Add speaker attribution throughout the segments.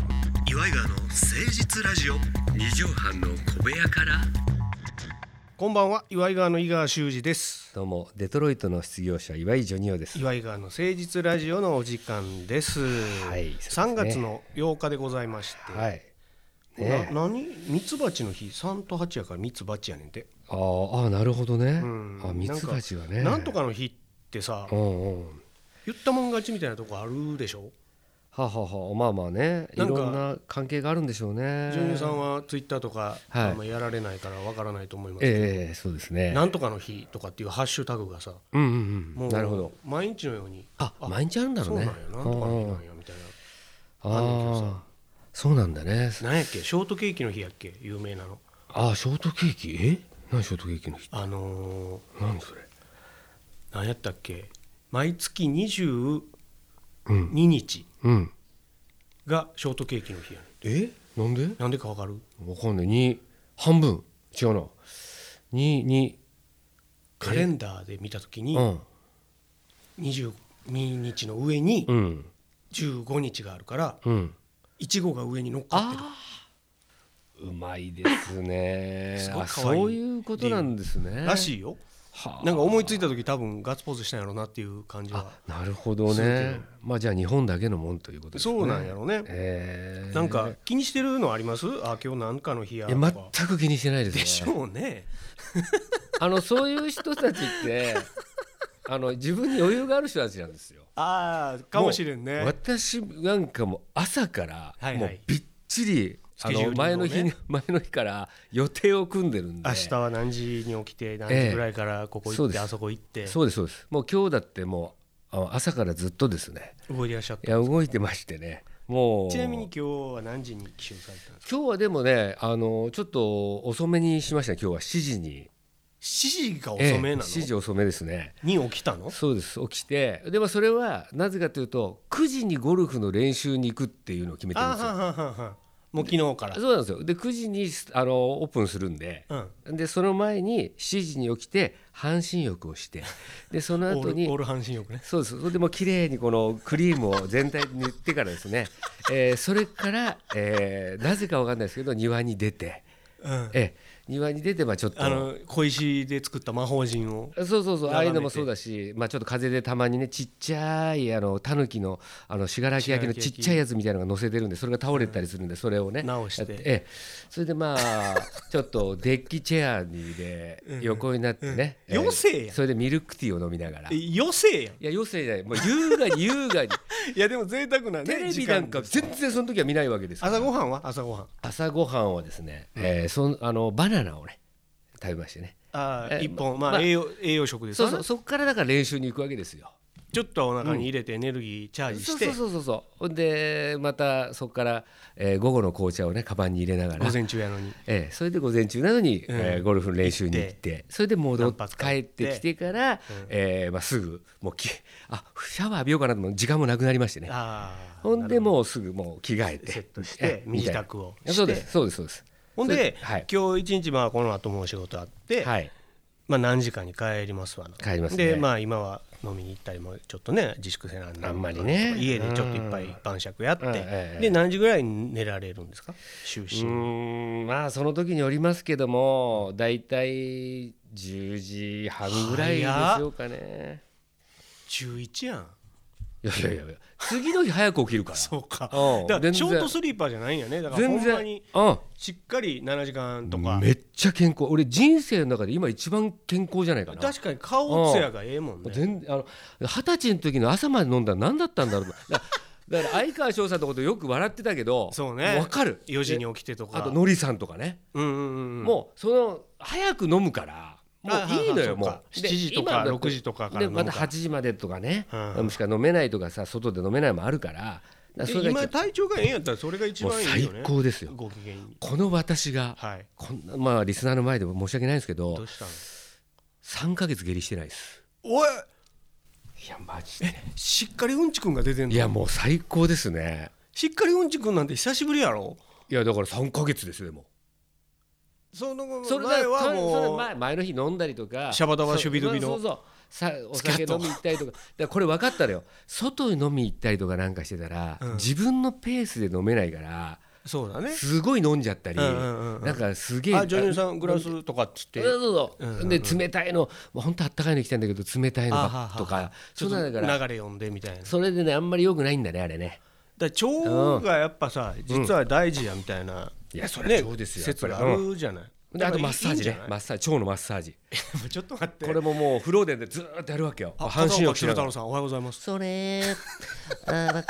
Speaker 1: イガーの誠実ラジオ
Speaker 2: 二畳半の小部屋から
Speaker 1: こんばんは岩井川の井川修司です
Speaker 2: どうもデトロイトの失業者岩井ジョニオです
Speaker 1: 岩井川の誠実ラジオのお時間です、
Speaker 2: はい
Speaker 1: 3
Speaker 2: そうで
Speaker 1: 月
Speaker 2: すね
Speaker 1: の8日でございまして、
Speaker 2: はいね
Speaker 1: な何ミツバチの日3と8やからミツバチやねんて、
Speaker 2: あーあーなるほどね
Speaker 1: うん
Speaker 2: あミツバチがね
Speaker 1: なんかなんとかの日ってさ
Speaker 2: うんうん
Speaker 1: 言ったもん勝ちみたいなとこあるでしょ
Speaker 2: はあはあはあまあまあねい
Speaker 1: なんか
Speaker 2: ろんな関係があるんでしょうね
Speaker 1: ジョニオさんはツイッターとか、
Speaker 2: はい
Speaker 1: あんまやられないからわからないと思いますけど、
Speaker 2: ええそうですね
Speaker 1: なんとかの日とかっていうハッシュタグがさ
Speaker 2: うんうんう
Speaker 1: も
Speaker 2: ん
Speaker 1: う
Speaker 2: なるほど
Speaker 1: 毎日のように
Speaker 2: あ毎日あるんだろ
Speaker 1: そううな
Speaker 2: ね
Speaker 1: んやなんとかの日なんやみたい
Speaker 2: あ
Speaker 1: あんねんけどさ
Speaker 2: あそうなんだね
Speaker 1: ななんやっけショートケーキの日やっけ有名なの
Speaker 2: あーショートケーキえ何ショートケーキの日
Speaker 1: あのー、
Speaker 2: 何それ
Speaker 1: 何やったっけ毎月22
Speaker 2: うん
Speaker 1: 日
Speaker 2: うん
Speaker 1: がショートケーキの日やね
Speaker 2: えなんで
Speaker 1: んなんでかわかる
Speaker 2: わかんない2半分違うな22
Speaker 1: カレンダーで見た時に
Speaker 2: うん
Speaker 1: 22日の上に
Speaker 2: うん
Speaker 1: 15日があるから
Speaker 2: うん
Speaker 1: いちごが上に乗っかってる
Speaker 2: ああうまいですね
Speaker 1: すごい
Speaker 2: あ
Speaker 1: 可愛い
Speaker 2: そういうことなんですね
Speaker 1: らしいよ
Speaker 2: はあ
Speaker 1: なんか思いついた時多分ガッツポーズしたんやろうなっていう感じは
Speaker 2: あなるほど
Speaker 1: するけ
Speaker 2: ねまあじゃあ日本だけのもんということですね
Speaker 1: そうなんやろうね
Speaker 2: えー
Speaker 1: なんか気にしてるのありますあ今日なんかの日や
Speaker 2: い
Speaker 1: と
Speaker 2: や
Speaker 1: か
Speaker 2: 全く気にしてないですね
Speaker 1: でしょうね
Speaker 2: あのそういう人たちって あの自分に余裕がある人たちなんですよ
Speaker 1: ああかもしれんね
Speaker 2: もう私なんかもう朝から
Speaker 1: はいはい
Speaker 2: もうびっちりあ
Speaker 1: スケジ
Speaker 2: の
Speaker 1: ューリングをね
Speaker 2: 前の 日に前の日から予定を組んでるんで
Speaker 1: 明日は何時に起きて何時ぐらいからここ行
Speaker 2: そ
Speaker 1: っ
Speaker 2: う
Speaker 1: て
Speaker 2: です
Speaker 1: あそこ行って
Speaker 2: そうですそうですもう今日だってもうあの朝からずっとですね
Speaker 1: 動いてらっしゃっ
Speaker 2: い
Speaker 1: た
Speaker 2: や動いてましてねもう
Speaker 1: ちなみに今日は何時に起床されたんで
Speaker 2: 今日はでもねあのちょっと遅めにしましたね今日は7時に
Speaker 1: すか ?7 時が遅
Speaker 2: ええ
Speaker 1: めなの、
Speaker 2: 7時遅めですね
Speaker 1: に起きたの
Speaker 2: そうです起きてでもそれはなぜかというと9時にゴルフの練習に行くっていうのを決めてるん
Speaker 1: あ
Speaker 2: です
Speaker 1: ーは
Speaker 2: よ
Speaker 1: んはんはんはんもう昨日から
Speaker 2: そうなんですよで9時にあのオープンするんで
Speaker 1: うん
Speaker 2: でその前に7時に起きて半身浴をしてでその
Speaker 1: オ
Speaker 2: 後
Speaker 1: ールオー
Speaker 2: に
Speaker 1: ル半身浴ね
Speaker 2: そうですそれでもう綺麗にこのクリームを全体に塗ってからですね、えーそれから、えーなぜかわかんないですけど庭に出て、
Speaker 1: うん
Speaker 2: えー庭に出てまあちょっと
Speaker 1: あの小石で作った魔法陣を
Speaker 2: そうそうそう
Speaker 1: 眺めて
Speaker 2: ああいうのもそうだし、まあ、ちょっと風でたまにねちっちゃいあのタヌキのあの信楽焼きのちっちゃいやつみたいなのが載せてるんでそれが倒れたりするんでそれをね
Speaker 1: 直して
Speaker 2: やっええそれでまあちょっとデッキチェアにで横になってね、
Speaker 1: うんうん余生やん
Speaker 2: ええそれでミルクティーを飲みながらい
Speaker 1: 余生やん
Speaker 2: や余生じゃないもう優 雅に優雅に
Speaker 1: いやでも贅沢なね
Speaker 2: テレビなんか
Speaker 1: 時間
Speaker 2: 全然その時は見ないわけですよ
Speaker 1: 朝ごはんは朝ごはん
Speaker 2: 朝ごはんはですね、ええそんあのバナナをね食べましてね
Speaker 1: あー
Speaker 2: え
Speaker 1: 一本ま
Speaker 2: ま
Speaker 1: あ
Speaker 2: あ
Speaker 1: 栄養栄養食です
Speaker 2: そう
Speaker 1: わ
Speaker 2: そう
Speaker 1: な
Speaker 2: そこからだから練習に行くわけですよ
Speaker 1: ちょっとお腹に入れてエネルギーチャージして
Speaker 2: そうそうそうそうほんでまたそこから、えー午後の紅茶をねカバンに入れながら
Speaker 1: 午、前中やのに
Speaker 2: えーそれで午前中なのに、えーゴルフの練習に行ってそれで戻っ
Speaker 1: 何発
Speaker 2: 帰
Speaker 1: か行っ
Speaker 2: っててきてから、えーまあ、すぐもうきあシャワー浴びようかなと思う時間もなくなりましてね
Speaker 1: ああ
Speaker 2: ほんでもうすぐもう着替えて
Speaker 1: セットし
Speaker 2: え
Speaker 1: て
Speaker 2: み
Speaker 1: 身
Speaker 2: た
Speaker 1: 支
Speaker 2: いな
Speaker 1: 度を
Speaker 2: そ
Speaker 1: し
Speaker 2: うで
Speaker 1: て
Speaker 2: すそうですそうです
Speaker 1: ほんで、
Speaker 2: はい、
Speaker 1: 今日一日まあこの後もお仕事あって、
Speaker 2: はい、
Speaker 1: まあ何時間に帰りますわな
Speaker 2: 帰りますね
Speaker 1: でまあ今は飲みに行ったりもちょっとね自粛せなんで
Speaker 2: あんまりね
Speaker 1: 家でちょっといっぱい晩酌やって、
Speaker 2: うんええ
Speaker 1: で何時ぐらいに寝られるんですか就
Speaker 2: う
Speaker 1: 寝、
Speaker 2: ーんまあその時によりますけども大体10時半ぐらいでしょうかね。
Speaker 1: 中1やん
Speaker 2: いやいやいやいや次の日早く起きるから
Speaker 1: そう か
Speaker 2: うん
Speaker 1: だか
Speaker 2: 全
Speaker 1: ら
Speaker 2: 然
Speaker 1: ショートスリーパーじゃないんやねだからほ
Speaker 2: 全
Speaker 1: んまに
Speaker 2: 然うん
Speaker 1: しっかり7時間とか
Speaker 2: めっちゃ健康俺人生の中で今一番健康じゃないかな
Speaker 1: 確かに顔つやがええもんね
Speaker 2: 全あの二十歳の時の朝まで飲んだら何だったんだろ うなだだから相川翔さんのことよく笑ってたけど
Speaker 1: そうね
Speaker 2: わかる
Speaker 1: 4時
Speaker 2: で
Speaker 1: に起きてとか
Speaker 2: あとのりさんとかね、
Speaker 1: うんうんうんうん
Speaker 2: もうその早く飲むからもういいの
Speaker 1: あは
Speaker 2: よ
Speaker 1: は
Speaker 2: も
Speaker 1: そうか7時と
Speaker 2: 今だ
Speaker 1: か
Speaker 2: って
Speaker 1: 6時とかから
Speaker 2: で
Speaker 1: 飲む
Speaker 2: また
Speaker 1: か
Speaker 2: 8時までとかね、
Speaker 1: うん
Speaker 2: しか飲めないとかさ外で飲めないもあるからだから
Speaker 1: で
Speaker 2: それが
Speaker 1: 今
Speaker 2: 一
Speaker 1: 体調がええんやったらそれが一
Speaker 2: 番も
Speaker 1: 番
Speaker 2: う
Speaker 1: いい
Speaker 2: 最
Speaker 1: よね
Speaker 2: 高ですよ
Speaker 1: ご機嫌に
Speaker 2: この私が
Speaker 1: はい
Speaker 2: こんなまあリスナーの前でも申し訳ないんですけ
Speaker 1: ど
Speaker 2: ど
Speaker 1: うしたの
Speaker 2: 3ヶ月下痢してないです
Speaker 1: おい
Speaker 2: いやマジで
Speaker 1: しっかりうんちくんが出てんの
Speaker 2: いやもう最高ですね
Speaker 1: しっかりうんちくんなんて久しぶりやろ
Speaker 2: いやだから3ヶ月ですよでも
Speaker 1: その
Speaker 2: それ
Speaker 1: 前は
Speaker 2: それ
Speaker 1: もう
Speaker 2: 前前の日飲んだりとか
Speaker 1: シャバダバシュビドゥビの
Speaker 2: そうそうそうさお酒
Speaker 1: スキャッ
Speaker 2: 飲
Speaker 1: ト
Speaker 2: み行ったりとかだからこれ分かったのよ外に飲み行ったりとかなんかしてたら、
Speaker 1: うん
Speaker 2: 自分のペースで飲めないから
Speaker 1: そうだね
Speaker 2: すごい飲んじゃったり、
Speaker 1: うんうんうんうん
Speaker 2: なんかすげえ
Speaker 1: あ女優さんグラスとかっつって
Speaker 2: そうそうそう
Speaker 1: うんうんうん
Speaker 2: で冷たいの本当あったかいの行きたいんだけど冷たいの
Speaker 1: あは
Speaker 2: ば
Speaker 1: は
Speaker 2: とか
Speaker 1: ち
Speaker 2: そ
Speaker 1: ょ
Speaker 2: う
Speaker 1: っ
Speaker 2: な
Speaker 1: と
Speaker 2: んだから
Speaker 1: 流れ読んでみたいなだか
Speaker 2: それでねあんまり良くないんだねあれね
Speaker 1: ら腸がやっぱさ実は大事やみたいな、
Speaker 2: いやそりゃ腸ですよやっぱ
Speaker 1: 説
Speaker 2: り
Speaker 1: があるじゃない、
Speaker 2: であとマッサージね
Speaker 1: だからいいんじゃない
Speaker 2: マッサージ腸のマッサージ
Speaker 1: ちょっと待って
Speaker 2: これももう風呂でねずーっとやるわけよ
Speaker 1: あ
Speaker 2: 半身浴し
Speaker 1: 片
Speaker 2: ながら
Speaker 1: 岡鶴太郎さんおはようございます
Speaker 3: それあ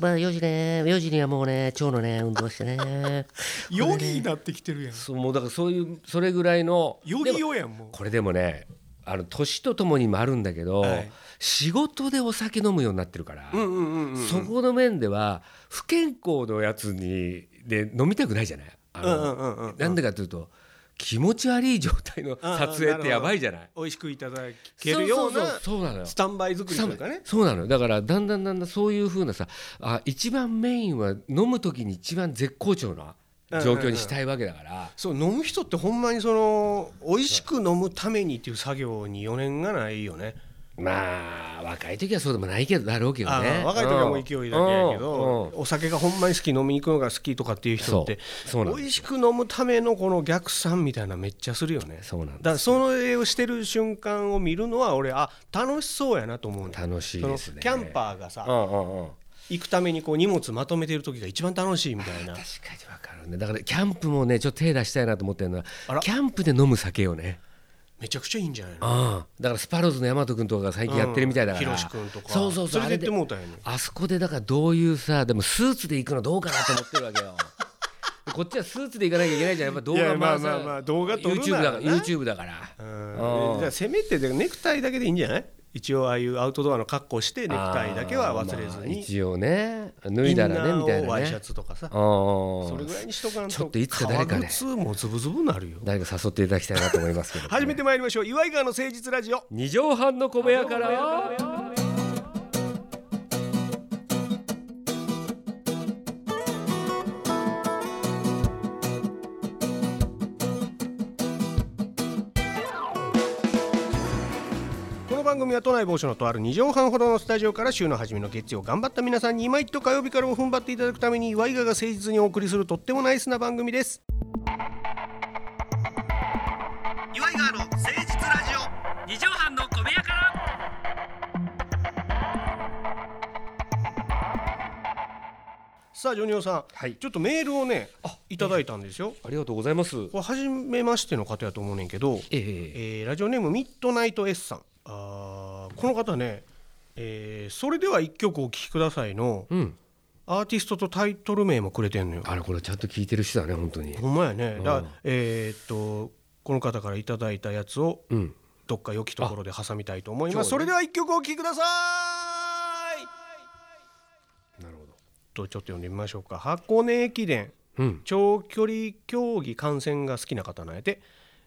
Speaker 3: ままあ4時ね4時にはもうね腸のね運動してね
Speaker 1: ヨギになってきてるやん
Speaker 2: そうもうだからそういうそれぐらいの
Speaker 1: ヨギヨやんもう
Speaker 2: これでもねあの年とともにもあるんだけど、
Speaker 1: はい
Speaker 2: 仕事でお酒飲むようになってるから、
Speaker 1: うんうんうんうん
Speaker 2: そこの面では不健康のやつにで飲みたくないじゃないあ
Speaker 1: うんう
Speaker 2: の、
Speaker 1: んうんうん
Speaker 2: なんでかというと気持ち悪い状態の撮影ってやばいじゃない。
Speaker 1: 美味しくいただけるよ
Speaker 2: そう
Speaker 1: う
Speaker 2: そう
Speaker 1: な
Speaker 2: そうそうなのよ
Speaker 1: スタンバイ作りというかね
Speaker 2: そうなのよだからだんだんだんだんそういう風なさあ一番メインは飲む時に一番絶好調な状況にしたいわけだから、
Speaker 1: そう飲む人ってほんまにその美味しく飲むためにっていう作業に余念がないよね
Speaker 2: まあ若い時はそうでもないけどだろうけど
Speaker 1: あ
Speaker 2: ね
Speaker 1: ー若い時はもう勢いだけやけ
Speaker 2: うんうん
Speaker 1: どお酒がほんまに好き飲みに行くのが好きとかっていう人って
Speaker 2: そうそうなんですよ
Speaker 1: 美味しく飲むためのこの逆算みたいなめっちゃするよね
Speaker 2: そうなん
Speaker 1: だか
Speaker 2: で
Speaker 1: らそれをしてる瞬間を見るのは俺あ楽しそうやなと思うね
Speaker 2: す楽しいです
Speaker 1: そ
Speaker 2: ね
Speaker 1: のキャンパーがさ
Speaker 2: うんうんうん
Speaker 1: 行くためにこう荷物まとめてる時が一番楽しいみたい
Speaker 2: 確か
Speaker 1: な
Speaker 2: にわかるねだからキャンプもねちょっと手出したいなと思ってるの
Speaker 1: あ
Speaker 2: は
Speaker 1: ら
Speaker 2: キャンプで飲む酒よね
Speaker 1: めちゃくちゃいいんじゃないの
Speaker 2: ああだからスパローズの大和君とかが最近やってるみたいだから、
Speaker 1: うんヒロシ君とか
Speaker 2: そうそうそう
Speaker 1: 連れてってもうたんやね
Speaker 2: あれであそこでだからどういうさでもスーツで行くのどうかなと思ってるわけよ こっちはスーツで行かなきゃいけないじゃんやっぱ動
Speaker 1: い
Speaker 2: 画
Speaker 1: やまあ
Speaker 2: 回さ
Speaker 1: まあまあ動画撮るな
Speaker 2: YouTube だから
Speaker 1: らな
Speaker 2: YouTube だから
Speaker 1: うんじゃあせめてでネクタイだけでいいんじゃない一応ああいうアウトドアの格好してネクタイだけは忘れず
Speaker 2: まあ
Speaker 1: に
Speaker 2: 一応ね脱いだらねみたい
Speaker 1: インナーをワ
Speaker 2: な
Speaker 1: イシャ
Speaker 2: ね
Speaker 1: ツとかさ
Speaker 2: うん
Speaker 1: それぐらいにしとかんと
Speaker 2: ちょっといつか誰かね
Speaker 1: 革靴もズブズブなるよ
Speaker 2: 誰か誘っていただきたいなと思い ますけど
Speaker 1: 始めてまいりましょう岩井川の誠実ラジオ
Speaker 2: 二畳半の小部屋 から
Speaker 1: この番組は都内某所のとある2畳半ほどのスタジオから週の初めの月曜頑張った皆さんに今一度火曜日からを踏ん張っていただくために岩井川が誠実にお送りするとってもナイスな番組です岩井川の誠実ラジオ
Speaker 2: 二畳半の小部屋から
Speaker 1: さあジョニオさん、
Speaker 2: はい
Speaker 1: ちょっとメールをねいただいたんですよ、
Speaker 2: ありがとうございます
Speaker 1: これ初めましての方やと思うねんけど、
Speaker 2: ええ
Speaker 1: えーラジオネームミッドナイト S さんあーこの方ね、えーそれでは一曲お聴きください」の
Speaker 2: うん
Speaker 1: アーティストとタイトル名もくれてんのよ
Speaker 2: あれこれちゃんと聞いてる人だね本当に
Speaker 1: ほんまやねだ、
Speaker 2: うん
Speaker 1: えーっとこの方からいただいたやつを
Speaker 2: うん
Speaker 1: どっか良きところで挟みたいと思います
Speaker 2: そ
Speaker 1: そう
Speaker 2: ね
Speaker 1: れでは一曲お聴きください
Speaker 2: なるほど
Speaker 1: とちょっと読んでみましょうか箱根駅伝
Speaker 2: うん
Speaker 1: 長距離競技観戦が好きな方なんやて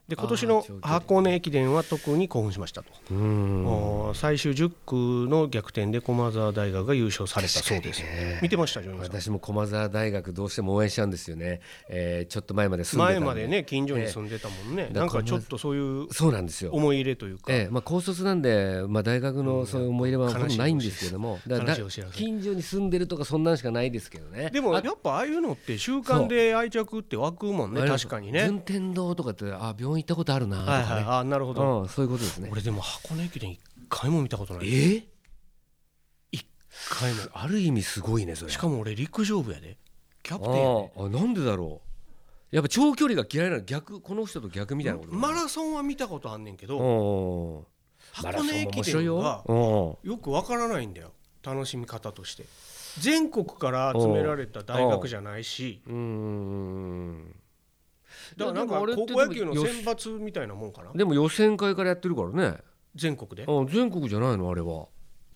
Speaker 1: で今年
Speaker 2: あー
Speaker 1: の
Speaker 2: 長距離
Speaker 1: 箱根駅伝は特に興奮しましたと、
Speaker 2: うーん
Speaker 1: あー最終10区の逆転で駒澤大学が優勝されたそうです、
Speaker 2: 確かにね
Speaker 1: 見てましたジョニーさん
Speaker 2: 私も駒澤大学どうしても応援しちゃうんですよね、えー、ちょっと前まで住んでたん
Speaker 1: 前
Speaker 2: で
Speaker 1: までね近所に住んでたもんね、なんかちょっとそういう
Speaker 2: そうなんですよ
Speaker 1: 思い入れというか、
Speaker 2: ええまあ、高卒なんで、まあ、大学のそういう思い入れはほとんどないんですけども
Speaker 1: 悲しい
Speaker 2: だだ
Speaker 1: 悲しいお知らせ
Speaker 2: 近所に住んでるとかそんなんしかないですけどね
Speaker 1: でも
Speaker 2: あ
Speaker 1: やっぱああいうのって習慣で愛着って湧くもんね確かにね
Speaker 2: 順天堂とかってあ病院行ったことあるなとか
Speaker 1: はい
Speaker 2: ね、
Speaker 1: はいあーなるほど、
Speaker 2: うん、そういうことですね
Speaker 1: 俺でも箱根駅伝一回も見たことない一
Speaker 2: え
Speaker 1: 回も
Speaker 2: ある意味すごいねそれ
Speaker 1: しかも俺陸上部やでキャプテンやで
Speaker 2: ああなんでだろうやっぱ長距離が嫌いなの逆この人と逆みたいなこと
Speaker 1: マラソンは見たことあんねんけ
Speaker 2: う
Speaker 1: ど
Speaker 2: んうんマラソ
Speaker 1: 箱
Speaker 2: ン
Speaker 1: 根
Speaker 2: も
Speaker 1: 駅
Speaker 2: 面白い
Speaker 1: 伝は
Speaker 2: よ
Speaker 1: よくわからないんだよ楽しみ方として全国から集められた大学じゃないし
Speaker 2: うんうん
Speaker 1: だからなんか
Speaker 2: いやでもあれって
Speaker 1: 高校野球の
Speaker 2: でもよ
Speaker 1: 選抜みたいなもんかな
Speaker 2: でも予選会からやってるからね
Speaker 1: 全国で
Speaker 2: あ全国じゃないのあれは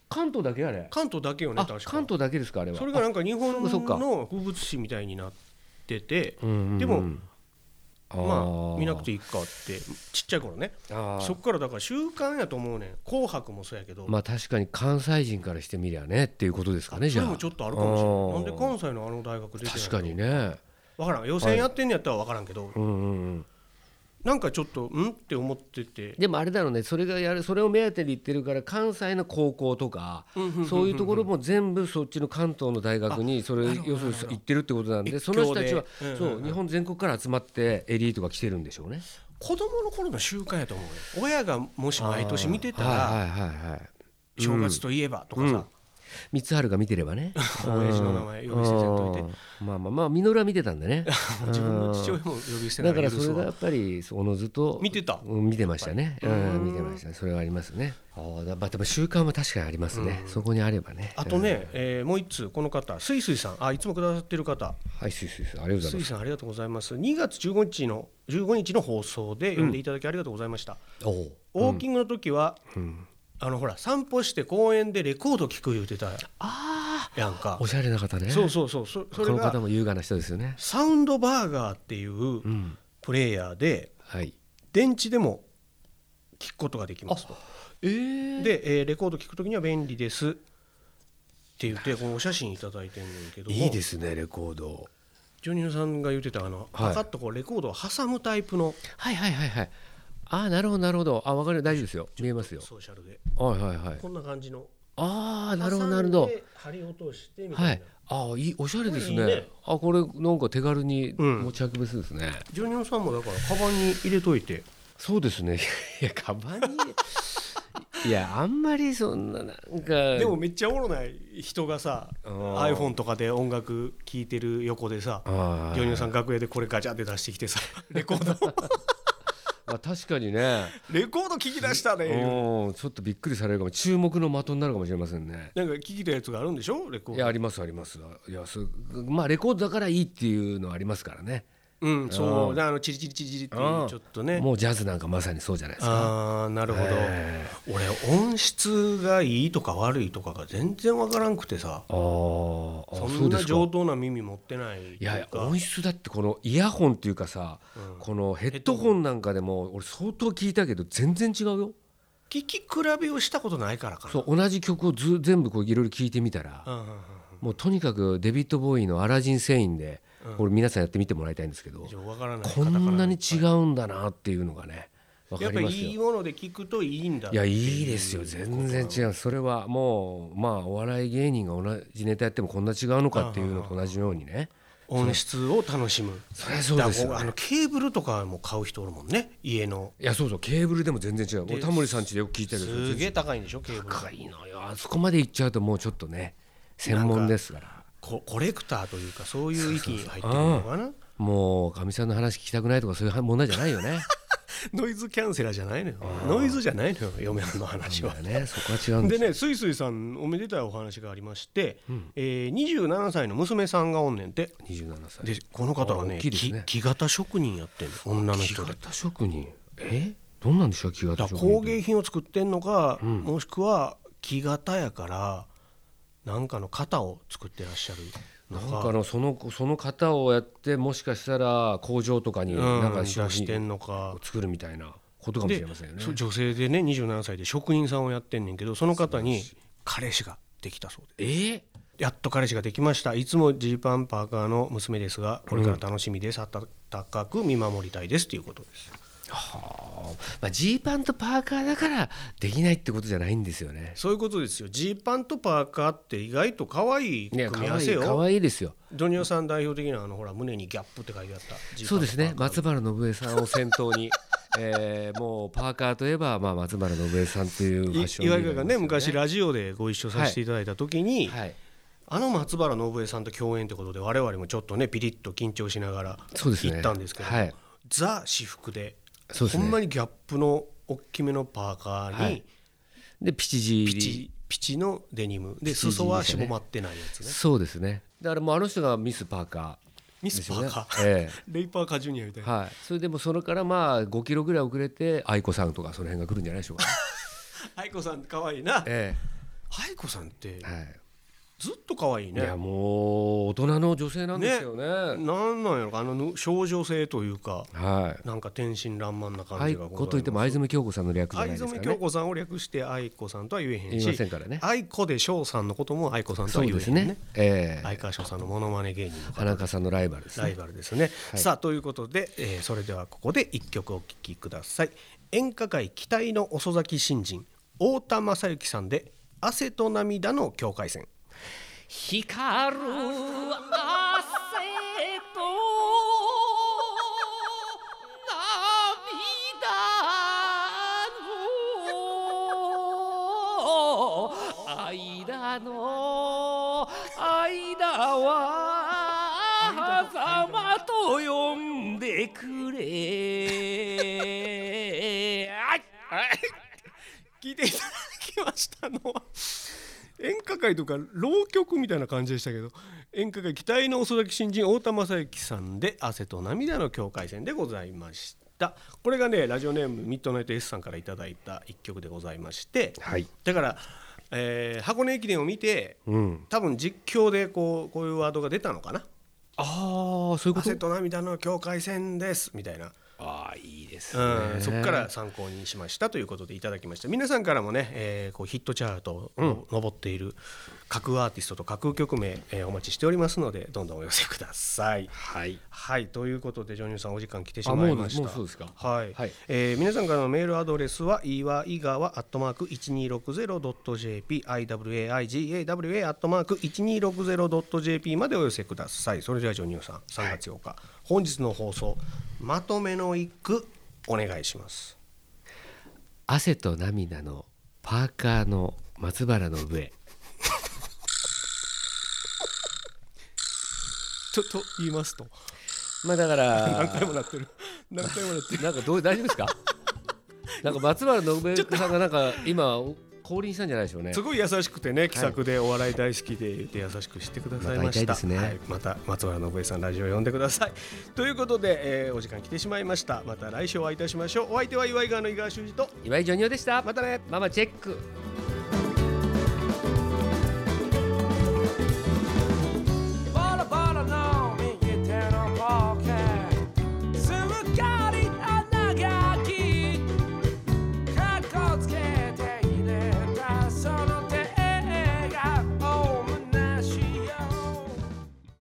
Speaker 2: 関東だけあれ
Speaker 1: 関東だけよね
Speaker 2: あ
Speaker 1: 確か
Speaker 2: 関東だけですかあれは
Speaker 1: それがなんか日本
Speaker 2: そっか
Speaker 1: の風物詩みたいになってて
Speaker 2: あうんうんうん
Speaker 1: でもまあ見なく
Speaker 2: い
Speaker 1: ていいかってちっちゃい頃ね
Speaker 2: いあ
Speaker 1: そ
Speaker 2: ー
Speaker 1: っからだから習慣やと思うねん「紅白」もそうやけど、
Speaker 2: まあ確かに関西人からしてみりゃねっていうことですかねじ
Speaker 1: そ
Speaker 2: ゃ
Speaker 1: れ
Speaker 2: あ
Speaker 1: もちょっとあるかもしれ
Speaker 2: あー
Speaker 1: ないなんで関西のあの大学出てないの
Speaker 2: 確かにね
Speaker 1: わからん予選やってんのやったら分からんけど、
Speaker 2: うんうんうん
Speaker 1: なんかちょっとんって思ってて
Speaker 2: でもあれだろうねそれがやるそれを目当てに行ってるから関西の高校とかそういうところも全部そっちの関東の大学にそれ要するに行ってるってことなんで
Speaker 1: 一
Speaker 2: そ
Speaker 1: 強で
Speaker 2: の人たちは
Speaker 1: うんうんうん
Speaker 2: そう日本全国から集まってエリートが来てるんでしょうね。
Speaker 1: 子供の頃の習慣やと思うよ親がもし毎年見てた
Speaker 2: は
Speaker 1: ら
Speaker 2: いはいはいはい
Speaker 1: 正月といえばとかさ
Speaker 2: 三つ春が見てればね
Speaker 1: 親父の名前呼び捨てせんといて
Speaker 2: うんまあまあまあ実は見てたんでね
Speaker 1: 自分の父親も呼び捨てな
Speaker 2: だ
Speaker 1: が
Speaker 2: からら
Speaker 1: 許
Speaker 2: そ
Speaker 1: す
Speaker 2: れが
Speaker 1: わ
Speaker 2: やっぱりおのずと
Speaker 1: 見てた
Speaker 2: うん見てましたね、うん、見てましたねそれはありますねああだまあでも習慣は確かにありますね、そこにあればね
Speaker 1: あとね、えーもう一通この方すいすいさんあいつもくださってる方
Speaker 2: はいすいすいすいありがとうござ
Speaker 1: す
Speaker 2: い
Speaker 1: い
Speaker 2: ます
Speaker 1: さんありがとうございます2月15日の15日の放送で読んでいただきありがとうございました、
Speaker 2: おお
Speaker 1: ウォーキングの時は、あのほら散歩して公園でレコード聞く言うてたやんか
Speaker 2: おしゃれな方ね
Speaker 1: そうそうそうそそ
Speaker 2: こ
Speaker 1: れ
Speaker 2: の方
Speaker 1: が
Speaker 2: も優雅な人ですよね
Speaker 1: サウンドバーガーっていうプレイヤーで
Speaker 2: はい
Speaker 1: 電池でも聞くことができますと
Speaker 2: ええ
Speaker 1: で、えーレコード聞く時には便利ですって言ってこのお写真いただいてんねんけども
Speaker 2: いいですねレコード
Speaker 1: ジョニオさんが言ってたあの、
Speaker 2: はい
Speaker 1: パカッとこうレコードを挟むタイプの
Speaker 2: はいはいはいはいああなるほどなるほどあわかるよ大丈夫ですよ見えますよ
Speaker 1: ソーシャルで
Speaker 2: はいはいはい
Speaker 1: こんな感じの
Speaker 2: ああなるほどなるほど
Speaker 1: 挟んで針落としてみたいな、
Speaker 2: はい。ああ、いい、おしゃれです
Speaker 1: こ
Speaker 2: ね。
Speaker 1: れいいね
Speaker 2: あ、これ、なんか手軽に
Speaker 1: うん
Speaker 2: 持ち運べそうですね。
Speaker 1: ジョニオさんもだからカバンに入れといて
Speaker 2: そうですね。 いや、カバンに。いや、あんまりそんな、なんか。
Speaker 1: でも、めっちゃおもろない人がさ
Speaker 2: あー
Speaker 1: iPhone とかで音楽聴いてる横でさ
Speaker 2: ああ
Speaker 1: ジョニオさん楽屋でこれガチャって出してき てさレコード
Speaker 2: まあ、確かにね。
Speaker 1: レコード聴き出したねいう
Speaker 2: うん、ちょっとびっくりされるかも、注目の的になるかもしれませんね。
Speaker 1: なんか聴きたやつがあるんでしょレコー
Speaker 2: い
Speaker 1: ド
Speaker 2: や、あります、あります。いや、す、まあ、レコードだからいいっていうのはありますからね。
Speaker 1: うんそうだからあのチリチリチリチリっていう
Speaker 2: うん
Speaker 1: ちょっとね
Speaker 2: もうジャズなんか、まさにそうじゃないですか。
Speaker 1: ああなるほど、
Speaker 2: え
Speaker 1: 俺音質がいいとか悪いとかが全然わからんくてさ
Speaker 2: ああ、
Speaker 1: そ
Speaker 2: そうんで
Speaker 1: な
Speaker 2: すか。
Speaker 1: 上等な耳持ってないって
Speaker 2: い
Speaker 1: いう
Speaker 2: やいや
Speaker 1: か
Speaker 2: 音質だってこのイヤホンっていうかさ、このヘッドホンなんかでも俺相当聞いたけど全然違うよ
Speaker 1: 聞き比べをしたことないからかな
Speaker 2: そう同じ曲をず全部こういろいろ聞いてみたら、
Speaker 1: うんうんうん
Speaker 2: もうとにかくデビッド・ボーイの「アラジン・セインで」これ皆さんやってみてもらいたいんですけど、
Speaker 1: じゃあわからない
Speaker 2: こんなに違
Speaker 1: う
Speaker 2: うんだなっていうのがね分
Speaker 1: や
Speaker 2: か
Speaker 1: っ
Speaker 2: り
Speaker 1: ぱり
Speaker 2: ます
Speaker 1: いい
Speaker 2: よ。
Speaker 1: もので聞くといいんだ
Speaker 2: いやいいですよ全然違うそれはもうまあお笑い芸人が同じネタやってもこんな違うのかっていうのと同じようにね
Speaker 1: 音質を楽しむ
Speaker 2: そりゃそうですよね
Speaker 1: だからもあのケーブルとかも買う人おるもんね家の
Speaker 2: いやそうそうケーブルでも全然違う俺タモリさんちでよく聞いたけど
Speaker 1: すげえ高いんでしょケーブル
Speaker 2: 高いのよあそこまで行っちゃうともうちょっとね専門ですから
Speaker 1: こコレクターというかそういう域に入ってくるのかな
Speaker 2: もうかみさんの話聞きたくないとかそういう問題じゃないよね
Speaker 1: ノイズキャンセラーじゃないのよノイズじゃないのよ嫁の話は
Speaker 2: だ。からねそこは違うんで
Speaker 1: ですねすいすいさんおめでたいお話がありまして、えー、27歳の娘さんがおんねんて
Speaker 2: 27歳
Speaker 1: でこの方は
Speaker 2: あ
Speaker 1: ね
Speaker 2: 大きいです
Speaker 1: 木
Speaker 2: ね
Speaker 1: 木型職人やってんの女の
Speaker 2: 木
Speaker 1: 人で
Speaker 2: 型職人えどんなんでしょう木
Speaker 1: だ
Speaker 2: 型
Speaker 1: か
Speaker 2: 職
Speaker 1: ら
Speaker 2: 人
Speaker 1: 工芸品を作ってんのか、もしくは木型やからなんかの型を作ってらっしゃる
Speaker 2: な
Speaker 1: の
Speaker 2: ん
Speaker 1: か
Speaker 2: かのそのその型をやってもしかしたら工場とかに
Speaker 1: うん
Speaker 2: なんか
Speaker 1: 出
Speaker 2: 商
Speaker 1: して
Speaker 2: 品
Speaker 1: んのか
Speaker 2: を作るみたいなことかもしれませんよね
Speaker 1: そう女性でね27歳で職人さんをやってんねんけどその方に彼氏ができたそうです
Speaker 2: えー
Speaker 1: やっと彼氏ができましたいつもジーパンパーカーの娘ですがこれから楽しみです、温かく見守りたいですということです
Speaker 2: はあまあジーパンとパーカーだからできないってことじゃないんですよね
Speaker 1: そういうことですよジーパンとパーカーって意外と可愛い
Speaker 2: いや
Speaker 1: 組
Speaker 2: 可
Speaker 1: み合わ
Speaker 2: 愛い
Speaker 1: せ
Speaker 2: 可
Speaker 1: よ
Speaker 2: 愛いですよ
Speaker 1: ドニオさん代表的なあのほら胸にギャップって書いてあったジ
Speaker 2: そ
Speaker 1: ーパンとパーカー
Speaker 2: うですね松原信江さんを先頭に、 えーもうパーカーといえば、まあ、松原信江さんというファッションリ
Speaker 1: い岩
Speaker 2: ー
Speaker 1: 井
Speaker 2: ダー
Speaker 1: 川
Speaker 2: で
Speaker 1: がね
Speaker 2: すよ
Speaker 1: 昔ラジオでご一緒させていただいた時に、
Speaker 2: はい、
Speaker 1: あの松原信江さんと共演ということで我々もちょっとねピリッと緊張しながら
Speaker 2: そうですね
Speaker 1: 行ったんですけど、
Speaker 2: はい
Speaker 1: ザ私服で
Speaker 2: そうです
Speaker 1: ほんま
Speaker 2: ね
Speaker 1: にギャップの大きめのパーカーに、
Speaker 2: はいでピチジ
Speaker 1: ピ
Speaker 2: 入り
Speaker 1: チピチのデニムで
Speaker 2: チジーンズ
Speaker 1: 裾はし
Speaker 2: ね
Speaker 1: ぼまってないやつね
Speaker 2: そうですねだからもうあの人がミスパーカ
Speaker 1: ミ
Speaker 2: ーで
Speaker 1: ス
Speaker 2: す
Speaker 1: パ
Speaker 2: よね
Speaker 1: ーカー、
Speaker 2: え
Speaker 1: レイパーカージュニアみたい
Speaker 2: え
Speaker 1: な、
Speaker 2: はい、それでもそれからまあ5キロぐらい遅れて愛子さんとかその辺が来るん じゃないでしょうか、
Speaker 1: 愛子さん可愛いな
Speaker 2: え
Speaker 1: 愛子さんって
Speaker 2: えはい、
Speaker 1: ずっと可愛い
Speaker 2: い
Speaker 1: ね
Speaker 2: やもう大人の女性なんですよね
Speaker 1: なんなんやろかあのぬ少女性というか
Speaker 2: は
Speaker 1: なんか天真爛漫ない感
Speaker 2: はい
Speaker 1: じがございます
Speaker 2: こと言っても藍染京子さんの略じゃないで
Speaker 1: 藍
Speaker 2: すか
Speaker 1: 染
Speaker 2: ね
Speaker 1: 京子さんを略して愛子さんとは言えへん
Speaker 2: 言いませ
Speaker 1: し
Speaker 2: んからね
Speaker 1: 愛子で翔さんのことも愛子さんと
Speaker 2: そ
Speaker 1: は
Speaker 2: う
Speaker 1: 言
Speaker 2: で
Speaker 1: え
Speaker 2: す
Speaker 1: へんね
Speaker 2: ねええ
Speaker 1: 相川翔さんのモノマネ芸人の方
Speaker 2: 田中さんのライバルです
Speaker 1: ラ
Speaker 2: ね
Speaker 1: イバルですね。さあということで、えーそれではここで一曲お聴きください。演歌界期待の遅咲き新人太田正幸さんで「汗と涙の境界線
Speaker 3: 光る汗と
Speaker 4: 間の間は狭間と呼んでくれはい」
Speaker 1: 聞いていただきましたのは演歌界とか浪曲みたいな感じでしたけど演歌界期待の遅咲き新人太田正幸さんで「汗と涙の境界線」でございました。これがねラジオネームミッドナイト S さんからいただいた一曲でございまして。
Speaker 2: はい
Speaker 1: だから、えー箱根駅伝を見て、
Speaker 2: うん
Speaker 1: 多分実況でこうこういうワードが出たのかな
Speaker 2: ああそうい
Speaker 1: 「
Speaker 2: うこと
Speaker 1: 汗と涙の境界線です」みたいな、
Speaker 4: ああいいですね
Speaker 1: うん、そこから参考にしましたということでいただきました皆さんからもね、えーこうヒットチャートを上っている各アーティストと各曲名、えーお待ちしておりますのでどんどんお寄せください。
Speaker 4: はい
Speaker 1: はいということでジョニオさんお時間来てしまいまし
Speaker 2: あ
Speaker 1: た
Speaker 2: もうもうそうですか
Speaker 1: はい、
Speaker 2: はい
Speaker 1: えー皆さんからのメールアドレスは岩井川アットマーク 1260.jp iwaigawa アットマーク 1260.jp までお寄せくださいそれではジョニオさん3月8日、本日の放送まとめの一句お願いします
Speaker 2: 汗と涙のパーカーの松原の上
Speaker 1: ちょっと言いますと
Speaker 2: まあだから
Speaker 1: 回もなってる何回もなって る
Speaker 2: なんかどう大丈夫 ですかなんか松原信之さんがなんか今降臨したんじゃないでしょうね
Speaker 1: すごい優しくてね気さくでお笑い大好きで言って優しくしてくださいま
Speaker 2: また会い
Speaker 1: した
Speaker 2: たいですね
Speaker 1: はい、また松原信江さんラジオ呼んでくださいということで、えーお時間来てしまいましたまた来週お会いいたしましょうお相手は岩井川の井川修司と
Speaker 2: 岩井ジョニオでした
Speaker 1: またね
Speaker 2: ママチェック
Speaker 1: 「